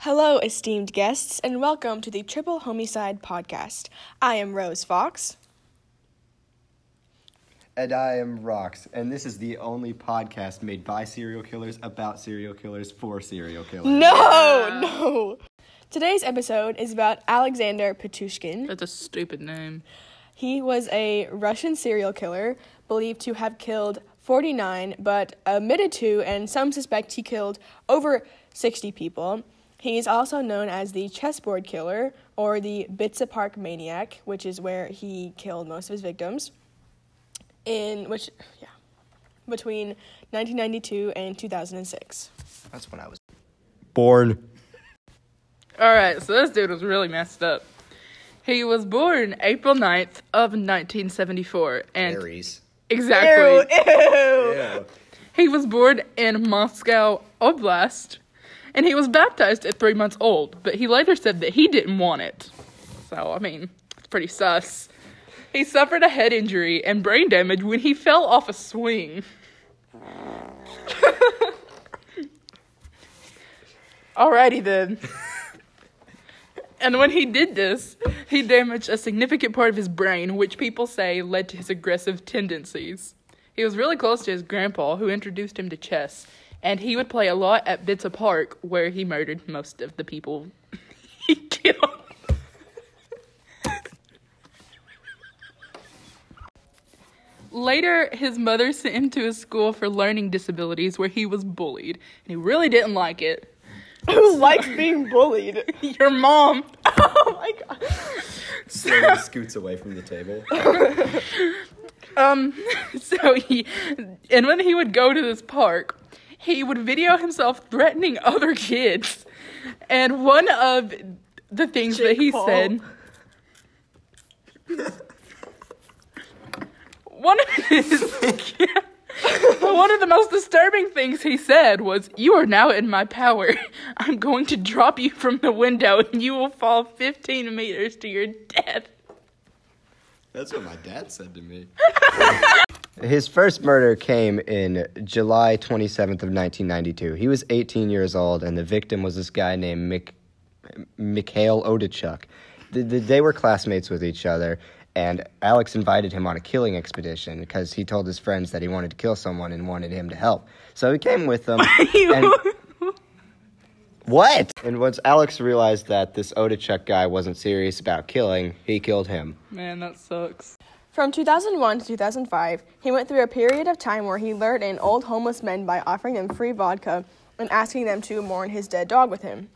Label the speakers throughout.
Speaker 1: Hello, esteemed guests, and welcome to the Triple Homicide Podcast. I am Rose Fox.
Speaker 2: And I am Rox, and this is the only podcast made by serial killers about serial killers for serial killers.
Speaker 1: No, no. Today's episode is about Alexander Petushkin.
Speaker 3: That's a stupid name.
Speaker 1: He was a Russian serial killer believed to have killed 49, but admitted to, and some suspect he killed over 60 people. He is also known as the chessboard killer or the Bitsa Park maniac, which is where he killed most of his victims. In which, yeah, between 1992 and 2006.
Speaker 2: That's when I was born.
Speaker 3: All right, so this dude was really messed up. He was born April 9th of 1974 and
Speaker 2: Aries.
Speaker 3: exactly.
Speaker 1: ew.
Speaker 2: Yeah.
Speaker 3: He was born in Moscow Oblast and he was baptized at 3 months old, but he later said that he didn't want it. So, I mean, it's pretty sus. He suffered a head injury and brain damage when he fell off a swing. Alrighty then. and when he did this, he damaged a significant part of his brain, which people say led to his aggressive tendencies. He was really close to his grandpa, who introduced him to chess, and he would play a lot at Bitsa Park, where he murdered most of the people he killed. Later, his mother sent him to a school for learning disabilities where he was bullied, and he really didn't like it.
Speaker 1: Who likes being bullied?
Speaker 3: Your mom.
Speaker 1: Oh my god.
Speaker 2: Slowly scoots away from the table.
Speaker 3: Um, so he, and when he would go to this park, he would video himself threatening other kids. And one of the things that
Speaker 1: Jake
Speaker 3: he
Speaker 1: Paul.
Speaker 3: said. One of his. One of the most disturbing things he said was, You are now in my power. I'm going to drop you from the window and you will fall 15 meters to your death.
Speaker 2: That's what my dad said to me. His first murder came in July 27th of 1992. He was 18 years old, and the victim was this guy named Mik- Mikhail Odichuk. The, the, they were classmates with each other, and Alex invited him on a killing expedition because he told his friends that he wanted to kill someone and wanted him to help. So he came with them. and- what? And once Alex realized that this Odichuk guy wasn't serious about killing, he killed him.
Speaker 3: Man, that sucks.
Speaker 1: From 2001 to 2005, he went through a period of time where he lured in old homeless men by offering them free vodka and asking them to mourn his dead dog with him.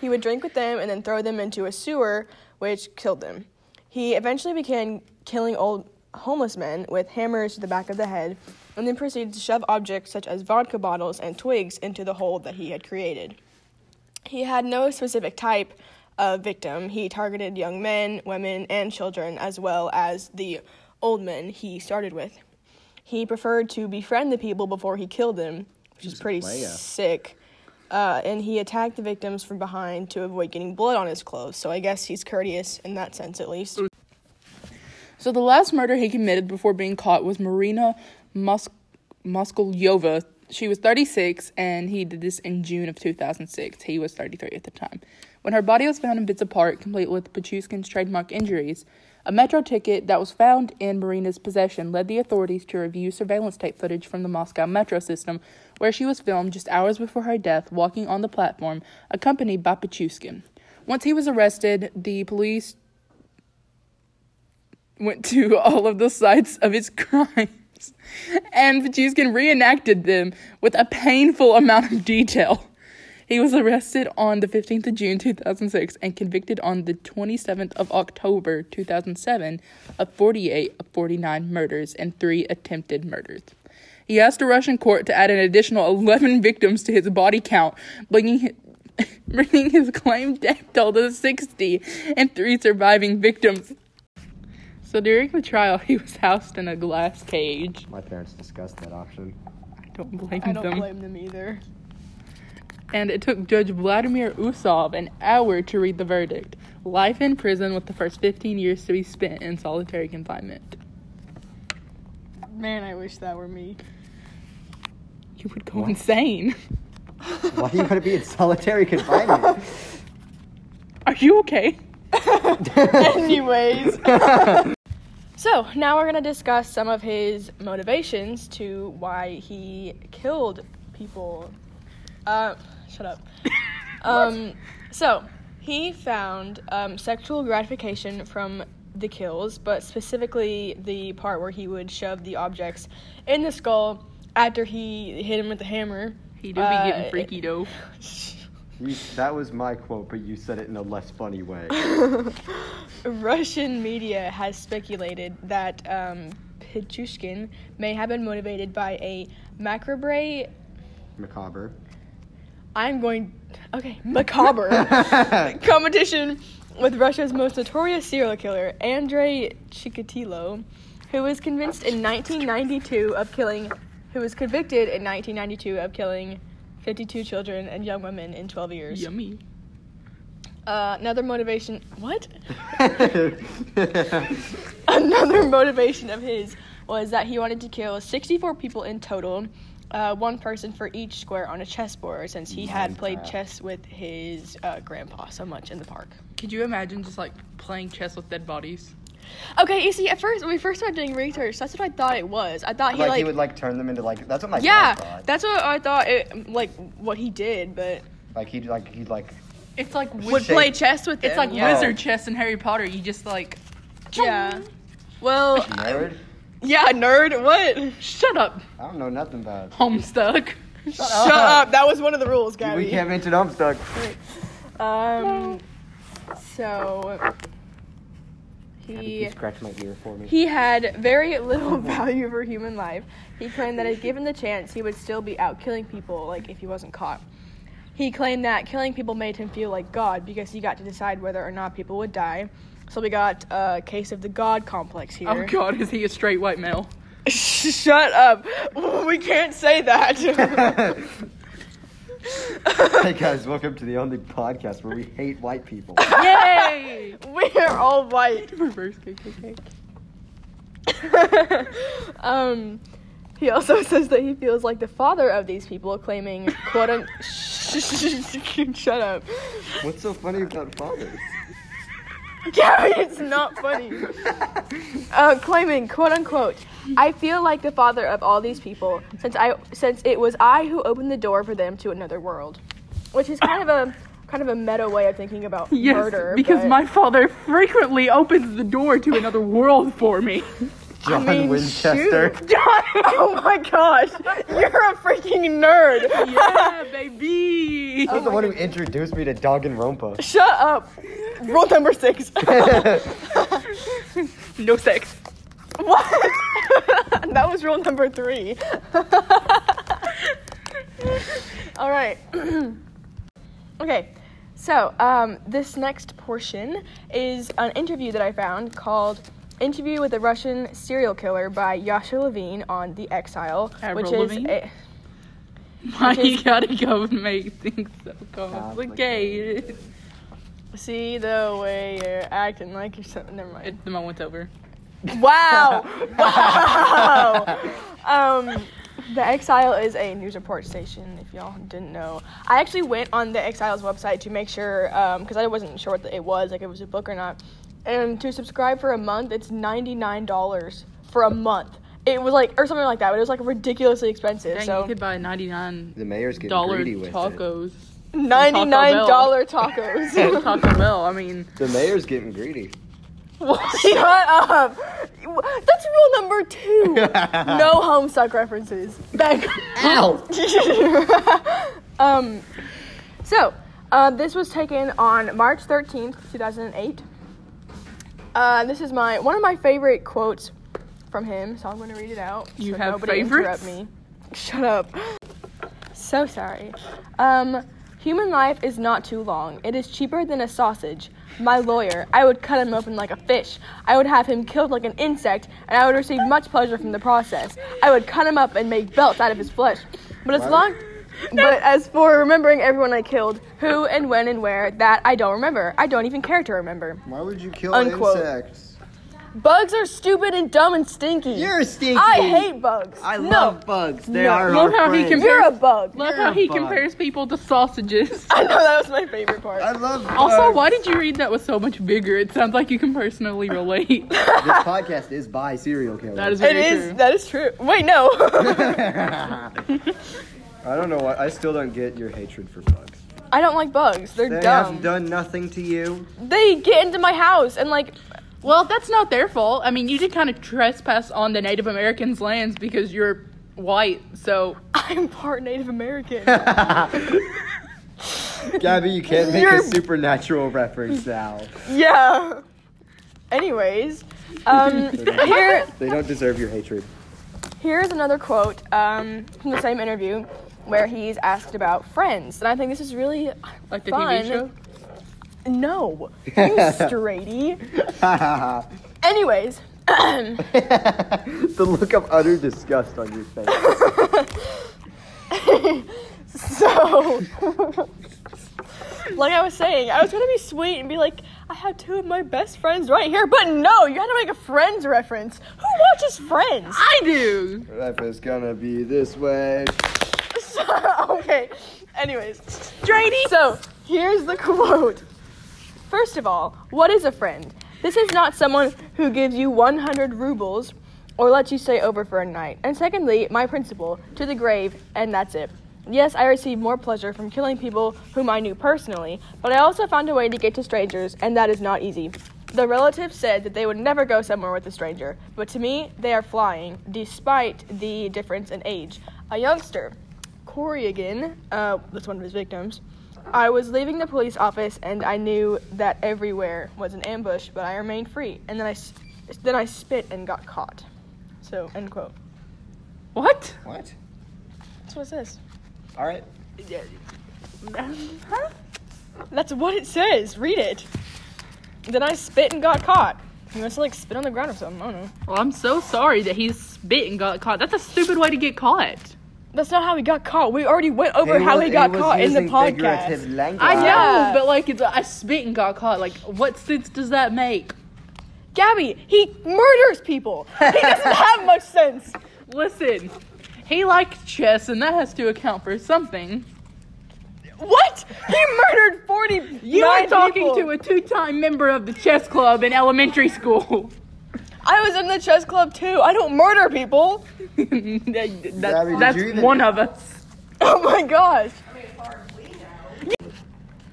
Speaker 1: He would drink with them and then throw them into a sewer, which killed them. He eventually began killing old homeless men with hammers to the back of the head and then proceeded to shove objects such as vodka bottles and twigs into the hole that he had created. He had no specific type of victim. He targeted young men, women, and children, as well as the old men he started with. He preferred to befriend the people before he killed them, which is pretty
Speaker 2: player.
Speaker 1: sick. Uh, and he attacked the victims from behind to avoid getting blood on his clothes. So I guess he's courteous in that sense, at least.
Speaker 3: So the last murder he committed before being caught was Marina Mos- Moskolyova. She was 36, and he did this in June of 2006. He was 33 at the time. When her body was found in bits apart, complete with Pachuskin's trademark injuries, a metro ticket that was found in Marina's possession led the authorities to review surveillance tape footage from the Moscow metro system, where she was filmed just hours before her death walking on the platform, accompanied by Pachuskin. Once he was arrested, the police went to all of the sites of his crimes, and Pachuskin reenacted them with a painful amount of detail. He was arrested on the 15th of June 2006 and convicted on the 27th of October 2007 of 48 of 49 murders and three attempted murders. He asked a Russian court to add an additional 11 victims to his body count, bringing his, bringing his claimed death toll to 60 and three surviving victims. So during the trial, he was housed in a glass cage.
Speaker 2: My parents discussed that option.
Speaker 3: I don't blame
Speaker 1: I don't
Speaker 3: them.
Speaker 1: blame them either.
Speaker 3: and it took Judge Vladimir Usov an hour to read the verdict. Life in prison with the first 15 years to be spent in solitary confinement.
Speaker 1: Man, I wish that were me.
Speaker 3: You would go insane.
Speaker 2: Why do you want to be in solitary confinement?
Speaker 3: you okay?
Speaker 1: Anyways. so now we're gonna discuss some of his motivations to why he killed people. Uh, shut up. Um, so he found um, sexual gratification from the kills, but specifically the part where he would shove the objects in the skull after he hit him with the hammer.
Speaker 3: He do be
Speaker 1: Uh,
Speaker 3: getting freaky though.
Speaker 2: You, that was my quote, but you said it in a less funny way.
Speaker 1: Russian media has speculated that um, Pichushkin may have been motivated by a macabre.
Speaker 2: Macabre.
Speaker 1: I'm going. Okay, macabre competition with Russia's most notorious serial killer, Andrei Chikatilo, who was convinced in 1992 of killing. Who was convicted in 1992 of killing 52 children and young women in 12 years.
Speaker 3: Yummy.
Speaker 1: Uh, another motivation. What? another motivation of his was that he wanted to kill 64 people in total, uh, one person for each square on a chessboard, since he had played
Speaker 2: Minecraft.
Speaker 1: chess with his uh, grandpa so much in the park.
Speaker 3: Could you imagine just like playing chess with dead bodies?
Speaker 1: Okay, you see, at first when we first started doing research, that's what I thought it was. I thought he
Speaker 2: like,
Speaker 1: like,
Speaker 2: he would like turn them into like that's what my
Speaker 1: yeah,
Speaker 2: dad thought.
Speaker 1: that's what I thought it like what he did, but
Speaker 2: like he'd like he'd like
Speaker 3: It's like wiz-
Speaker 1: would
Speaker 2: Shake-
Speaker 1: play chess with
Speaker 3: It's
Speaker 1: him,
Speaker 3: like
Speaker 1: yeah.
Speaker 3: wizard chess in Harry Potter. You just like
Speaker 1: Yeah. Well,
Speaker 2: nerd.
Speaker 1: yeah, nerd. What?
Speaker 3: shut up,
Speaker 2: I don't know nothing about.
Speaker 3: Homestuck.
Speaker 1: Shut
Speaker 2: up.
Speaker 1: up. That was one of the rules,
Speaker 2: It.
Speaker 1: Gabby.
Speaker 2: We can't mention Homestuck.
Speaker 1: Um. So
Speaker 2: You
Speaker 1: he
Speaker 2: scratch my ear for me.
Speaker 1: he had very little value for human life. He claimed that if given the chance, he would still be out killing people, like if he wasn't caught. He claimed that killing people made him feel like God because he got to decide whether or not people would die. So we got a case of the God complex here.
Speaker 3: Oh God, is he a straight white male?
Speaker 1: Shut up. We can't say that.
Speaker 2: hey guys, welcome to the only podcast where we hate white people.
Speaker 3: Yay!
Speaker 1: We're all white.
Speaker 3: Reverse KKK.
Speaker 1: um, he also says that he feels like the father of these people, claiming "quote un- shut up,
Speaker 2: What's so funny about fathers?
Speaker 1: Gary. It's not funny. Uh, claiming "quote unquote," I feel like the father of all these people, since I since it was I who opened the door for them to another world, which is kind of a kind of a meta way of thinking about
Speaker 3: Yes,
Speaker 1: murder.
Speaker 3: because
Speaker 1: but-
Speaker 3: my father frequently opens the door to another world for me.
Speaker 2: John
Speaker 1: mean,
Speaker 2: Winchester.
Speaker 1: oh my gosh, you're a freaking nerd.
Speaker 3: yeah, baby.
Speaker 2: He's the one who introduced me to Dog and Rompa.
Speaker 1: Shut up. Rule number six.
Speaker 3: No sex.
Speaker 1: what? that was rule number three. All right. okay. So um, this next portion is an interview that I found called "Interview with a Russian Serial Killer" by Yasha Levine on The Exile,
Speaker 3: Avril
Speaker 1: which is
Speaker 3: Lavigne?
Speaker 1: a,
Speaker 3: Why you
Speaker 1: Just-
Speaker 3: gotta go and make things so complicated?
Speaker 1: see the way you're acting like you're something. Never mind.
Speaker 3: It, the moment's over.
Speaker 1: Wow! wow! Um, the Exile is a news report station. If y'all didn't know, I actually went on the Exile's website to make sure because I wasn't sure what it was, like it was a book or not. And to subscribe for a month, it's ninety nine dollars for a month. It was like or something like that, but it was like ridiculously expensive.
Speaker 3: Dang,
Speaker 1: so
Speaker 3: you could buy ninety nine
Speaker 2: The mayor's getting
Speaker 3: dollar
Speaker 2: greedy with it.
Speaker 3: tacos.
Speaker 1: ninety nine dollar
Speaker 3: At
Speaker 1: tacos.
Speaker 3: Taco Bell. I mean,
Speaker 2: The mayor's getting greedy.
Speaker 1: Shut up! That's rule number two. No homestuck references.
Speaker 2: Ow!
Speaker 1: um, so, uh, this was taken on March 13th, 2008. Uh, this is my one of my favorite quotes from him, so I'm going to read it out.
Speaker 3: You
Speaker 1: so
Speaker 3: have
Speaker 1: nobody
Speaker 3: favorites?
Speaker 1: interrupt me. Shut up. So sorry. Um, human life is not too long. It is cheaper than a sausage. My lawyer, I would cut him open like a fish. I would have him killed like an insect, and I would receive much pleasure from the process. I would cut him up and make belts out of his flesh. But as long, but as for remembering everyone I killed, who and when and where, that I don't remember. I don't even care to remember.
Speaker 2: Why would you kill
Speaker 1: Unquote.
Speaker 2: insects?
Speaker 1: Bugs are stupid and dumb and stinky.
Speaker 2: You're stinky.
Speaker 1: I hate bugs.
Speaker 2: I
Speaker 1: no.
Speaker 2: love bugs. They
Speaker 1: No.
Speaker 2: are
Speaker 3: Love
Speaker 2: our
Speaker 3: how he
Speaker 2: friends.
Speaker 3: can-
Speaker 1: You're a bug.
Speaker 3: Love
Speaker 2: You're
Speaker 3: how
Speaker 2: a
Speaker 3: he
Speaker 2: bug.
Speaker 3: compares people to sausages.
Speaker 1: I know that was my favorite part.
Speaker 2: I love bugs.
Speaker 3: Also, why did you read that with so much vigor? It sounds like you can personally relate.
Speaker 2: This podcast is by serial killers.
Speaker 3: That is
Speaker 1: it
Speaker 3: very
Speaker 1: is.
Speaker 3: true.
Speaker 1: That is true. Wait, no.
Speaker 2: I don't know why. I still don't get your hatred for bugs.
Speaker 1: I don't like bugs. They're
Speaker 2: They
Speaker 1: dumb.
Speaker 2: have done nothing to you.
Speaker 1: they get into my house and like
Speaker 3: well, that's not their fault. I mean, you did kind of trespass on the Native Americans' lands because you're white. So
Speaker 1: I'm part Native American.
Speaker 2: Gabby, you can't make
Speaker 1: You're-
Speaker 2: a supernatural reference now.
Speaker 1: yeah. Anyways, um, here
Speaker 2: They don't deserve your hatred.
Speaker 1: Here's another quote um, from the same interview where he's asked about friends. And I think this is really
Speaker 3: Like the
Speaker 1: fun.
Speaker 3: TV show?
Speaker 1: No. You straighty. Anyways,
Speaker 2: the look of utter disgust on your face.
Speaker 1: so like I was saying, I was gonna be sweet and be like, I had two of my best friends right here, but no, you had to make a friends reference. Who watches friends?
Speaker 3: I do.
Speaker 2: Life is gonna be this way.
Speaker 1: So, okay. Anyways, Drady. So here's the quote. First of all, what is a friend? This is not someone who gives you 100 rubles or lets you stay over for a night. And secondly, my principle to the grave, and that's it. Yes, I received more pleasure from killing people whom I knew personally, but I also found a way to get to strangers, and that is not easy. The relative said that they would never go somewhere with a stranger, but to me, they are flying, despite the difference in age. A youngster, Corey again, uh, that's one of his victims. I was leaving the police office and I knew that everywhere was an ambush, but I remained free. And then I, s- then I spit and got caught. So, end quote.
Speaker 3: What?
Speaker 2: What?
Speaker 1: That's what it says.
Speaker 2: All right.
Speaker 1: huh? That's what it says. Read it. Then I spit and got caught. You must like spit on the ground or something. I don't know.
Speaker 3: Well, I'm so sorry that he spit and got caught. That's a stupid way to get caught.
Speaker 1: That's not how he got caught. We already went over how he got caught in the podcast.
Speaker 3: I know,
Speaker 1: Yeah.
Speaker 3: but like, it's, I spit and got caught. Like, what sense does that make?
Speaker 1: Gabby, he murders people. He doesn't have much sense.
Speaker 3: Listen, he liked chess, and that has to account for something.
Speaker 1: What? He murdered 40
Speaker 3: You are talking to a two-time member of the chess club in elementary school.
Speaker 1: I was in the chess club too. I don't murder people.
Speaker 3: That- that-
Speaker 2: Gabby, did you
Speaker 3: that's
Speaker 2: even-
Speaker 3: one of us.
Speaker 1: Oh my gosh.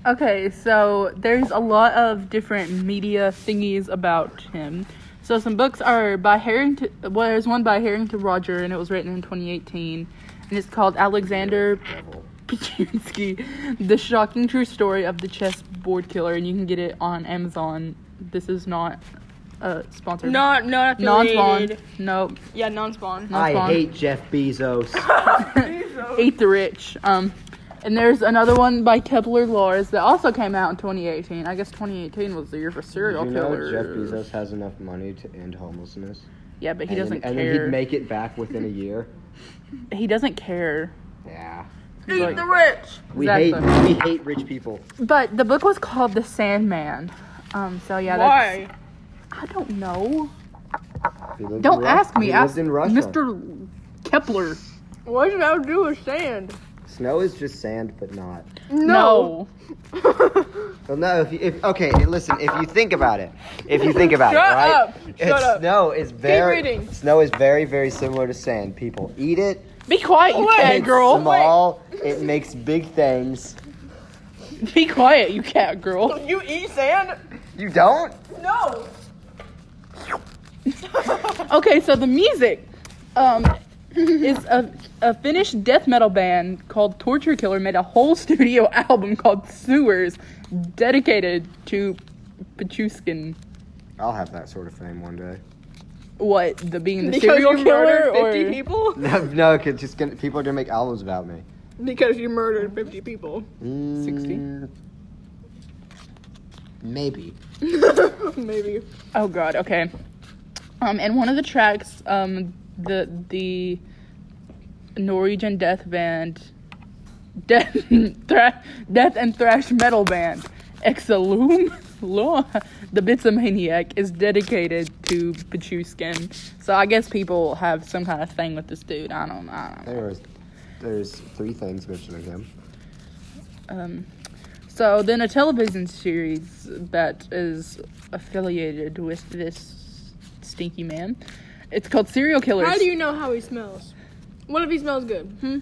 Speaker 3: Okay, so there's a lot of different media thingies about him. So some books are by Harrington. Well, there's one by Harrington Roger, and it was written in 2018, and it's called Alexander Pichinsky: The Shocking True Story of the Chessboard Killer, and you can get it on Amazon. This is not uh, sponsored.
Speaker 1: Not not
Speaker 3: non-spawn. Nope.
Speaker 1: Yeah, non-spawn.
Speaker 3: Not fun.
Speaker 2: Jeff Bezos.
Speaker 3: Eat the Rich. Um, and there's another one by Kepler Lars that also came out in 2018. I guess 2018 was the year for serial
Speaker 2: you know
Speaker 3: killers.
Speaker 2: Jeff Bezos has enough money to end homelessness.
Speaker 3: Yeah, but he
Speaker 2: and
Speaker 3: doesn't
Speaker 2: and then
Speaker 3: care.
Speaker 2: he'd make it back within a year.
Speaker 3: he doesn't care.
Speaker 2: Yeah.
Speaker 3: He's like-
Speaker 1: rich.
Speaker 2: We
Speaker 3: Exactly.
Speaker 2: hate we hate rich people.
Speaker 3: but the book was called The Sandman. Um, so yeah,
Speaker 1: Why?
Speaker 3: that's I don't know.
Speaker 2: He lived in
Speaker 3: Don't
Speaker 2: Rus-
Speaker 3: ask me.
Speaker 2: He
Speaker 3: Ask
Speaker 2: lived in Russia.
Speaker 3: Mr. Kepler.
Speaker 1: What did I do with sand?
Speaker 2: Snow is just sand, but not.
Speaker 3: No.
Speaker 2: Well, no. If, you, if okay, listen. If you think about it, if you think about
Speaker 1: Shut
Speaker 2: it, right?
Speaker 1: up.
Speaker 2: it's-
Speaker 1: Shut up.
Speaker 2: Snow is very
Speaker 1: reading.
Speaker 2: snow is very very similar to sand. People eat it.
Speaker 3: Be quiet, you
Speaker 1: Wait.
Speaker 3: cat
Speaker 2: it's
Speaker 3: girl.
Speaker 2: small. It makes big things.
Speaker 3: Be quiet, you cat girl.
Speaker 1: You eat sand?
Speaker 2: You don't?
Speaker 1: No.
Speaker 3: Okay, so the music um, is a, a Finnish death metal band called Torture Killer made a whole studio album called Sewers dedicated to Pachuskin.
Speaker 2: I'll have that sort of fame one day.
Speaker 3: What, the being the
Speaker 1: Because
Speaker 3: serial
Speaker 1: you
Speaker 3: killer?
Speaker 1: murdered
Speaker 3: Or...
Speaker 1: 50 people?
Speaker 2: No, no. 'cause just gonna, people are gonna make albums about me.
Speaker 1: Because you murdered 50 people.
Speaker 3: 60?
Speaker 2: Mm, Maybe.
Speaker 1: Maybe.
Speaker 3: Oh god, okay. Um, and one of the tracks, um, the the Norwegian death band, death, thra- death and thrash metal band, Exilum. Lord, the Bitsamaniac is dedicated to Pachuskin. So I guess people have some kind of thing with this dude. I don't, I don't know.
Speaker 2: There was, there's three things mentioning him.
Speaker 3: Um, so then a television series that is affiliated with this stinky man. It's called Serial Killers.
Speaker 1: How do you know how he smells? What if he smells good? Hmm?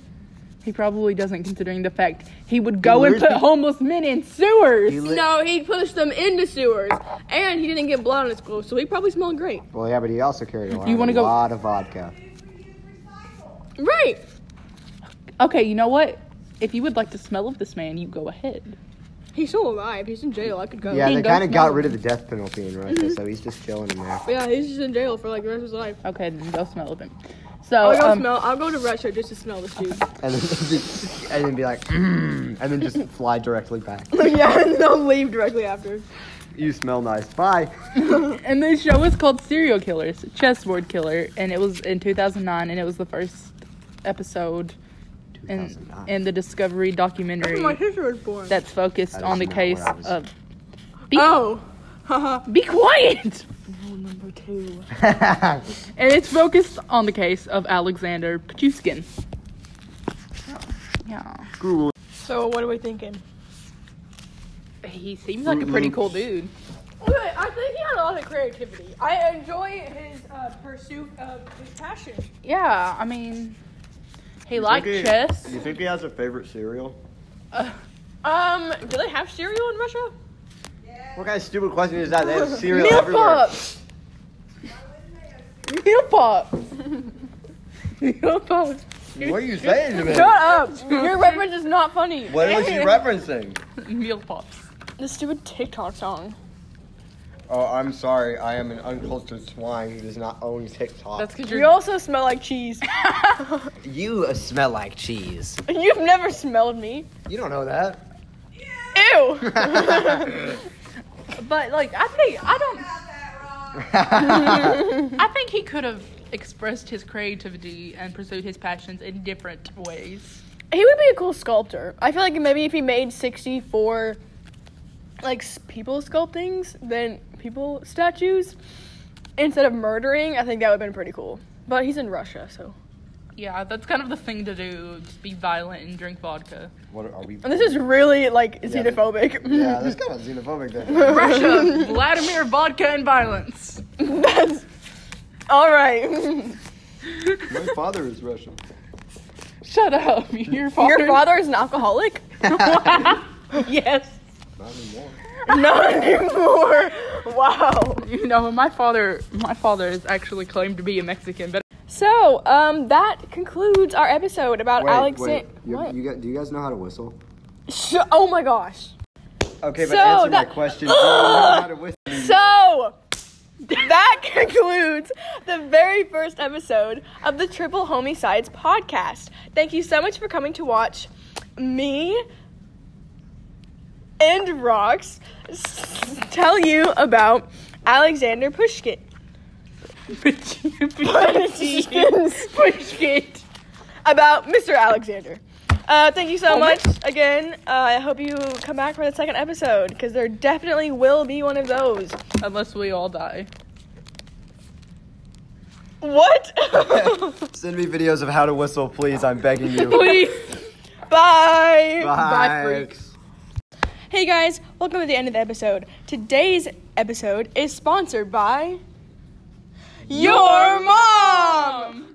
Speaker 3: He probably doesn't, considering the fact he would go and
Speaker 2: Where's
Speaker 3: put
Speaker 2: the-
Speaker 3: homeless men in sewers.
Speaker 2: He li-
Speaker 1: No, he pushed them into sewers, and he didn't get blood on his clothes, so he probably smelled great.
Speaker 2: Well, yeah, but he also carried around
Speaker 3: You wanna
Speaker 2: a
Speaker 3: go-
Speaker 2: lot of vodka.
Speaker 1: Right.
Speaker 3: Okay, you know what? If you would like the smell of this man, you go ahead.
Speaker 1: He's still alive. He's in jail. I could go.
Speaker 2: Yeah,
Speaker 3: He
Speaker 2: they
Speaker 3: does
Speaker 2: kind of got
Speaker 3: smell. Mm-hmm.
Speaker 2: rid of the death penalty in Russia, so he's just chilling in there.
Speaker 1: Yeah, he's just in jail for like the rest of his life.
Speaker 3: Okay, then go smell of him. So,
Speaker 1: I'll Oh, go
Speaker 3: um,
Speaker 1: smell. I'll go to Russia just to smell this dude.
Speaker 2: And then, just, and then be like, mm, and then just fly directly back.
Speaker 1: yeah, and they'll leave directly after.
Speaker 2: You smell nice. Bye.
Speaker 3: and this show was called Serial Killers, Chessboard Killer, and it was in 2009, and it was the first episode in,
Speaker 2: 2009.
Speaker 3: in the Discovery documentary
Speaker 1: My sister was born.
Speaker 3: that's focused
Speaker 2: That
Speaker 3: on the
Speaker 2: is not what
Speaker 3: case
Speaker 2: I was-
Speaker 3: of.
Speaker 1: oh. Haha.
Speaker 3: Be quiet!
Speaker 1: Rule number two.
Speaker 3: And it's focused on the case of Alexander Pachuskin. Oh, Yeah.
Speaker 2: Cool.
Speaker 1: So what are we thinking?
Speaker 3: He seems like a pretty cool dude.
Speaker 1: Okay, I think he had a lot of creativity. I enjoy his uh, pursuit of his passion.
Speaker 3: Yeah, I mean, he liked chess.
Speaker 4: You think he has a favorite cereal?
Speaker 1: Um, do they have cereal in Russia?
Speaker 4: What kind of stupid question is that? They have cereal
Speaker 3: Meal
Speaker 4: everywhere.
Speaker 3: pop. Meal pop. Meal pop.
Speaker 4: What are you saying to me?
Speaker 1: Shut up! Your reference is not funny.
Speaker 4: What was you referencing?
Speaker 3: Meal pops.
Speaker 1: The stupid TikTok song.
Speaker 2: Oh, I'm sorry. I am an uncultured swine who does not own TikTok.
Speaker 3: That's because
Speaker 1: You
Speaker 3: you're.
Speaker 1: also smell like cheese.
Speaker 2: You uh, smell like cheese.
Speaker 1: You've never smelled me.
Speaker 2: You don't know that.
Speaker 1: Ew!
Speaker 3: But like, I think I don't. I think he could have expressed his creativity and pursued his passions in different ways.
Speaker 1: He would be a cool sculptor. I feel like maybe if he made 64 like s- people sculptings, then people statues instead of murdering, I think that would have been pretty cool. But he's in Russia, so.
Speaker 3: Yeah, that's kind of the thing to do. Just be violent and drink vodka.
Speaker 2: what are we?
Speaker 1: And this is really like xenophobic.
Speaker 2: Yeah, that's kind of xenophobic. There.
Speaker 3: Russia, Vladimir, vodka and violence.
Speaker 1: That's all right.
Speaker 4: My father is Russian.
Speaker 3: Shut up. Your father.
Speaker 1: Your father is an alcoholic? yes.
Speaker 2: Not anymore.
Speaker 1: Not anymore. Wow.
Speaker 3: You know, my father. My father is actually claimed to be a Mexican, but
Speaker 1: So, um, that concludes our episode about Alex.
Speaker 2: wait. You,
Speaker 1: What?
Speaker 2: you got, do you guys know how to whistle?
Speaker 1: Sh- oh my gosh.
Speaker 2: Okay, but
Speaker 1: So
Speaker 2: answer
Speaker 1: that-
Speaker 2: my question. Do you know how to whistle?
Speaker 1: So that concludes the very first episode of the Triple Homicides podcast. Thank you so much for coming to watch me and Rox s- tell you about Alexander Pushkin.
Speaker 3: Pushkin.
Speaker 1: Pushkin. About Mr. Alexander. Uh, thank you so much again. Uh, I hope you come back for the second episode because there definitely will be one of those.
Speaker 3: Unless we all die.
Speaker 1: What?
Speaker 4: Send me videos of how to whistle, please. I'm begging you.
Speaker 3: Please.
Speaker 1: Bye.
Speaker 4: Bye,
Speaker 1: freaks. Hey guys, welcome to the end of the episode. Today's episode is sponsored by Your Mom.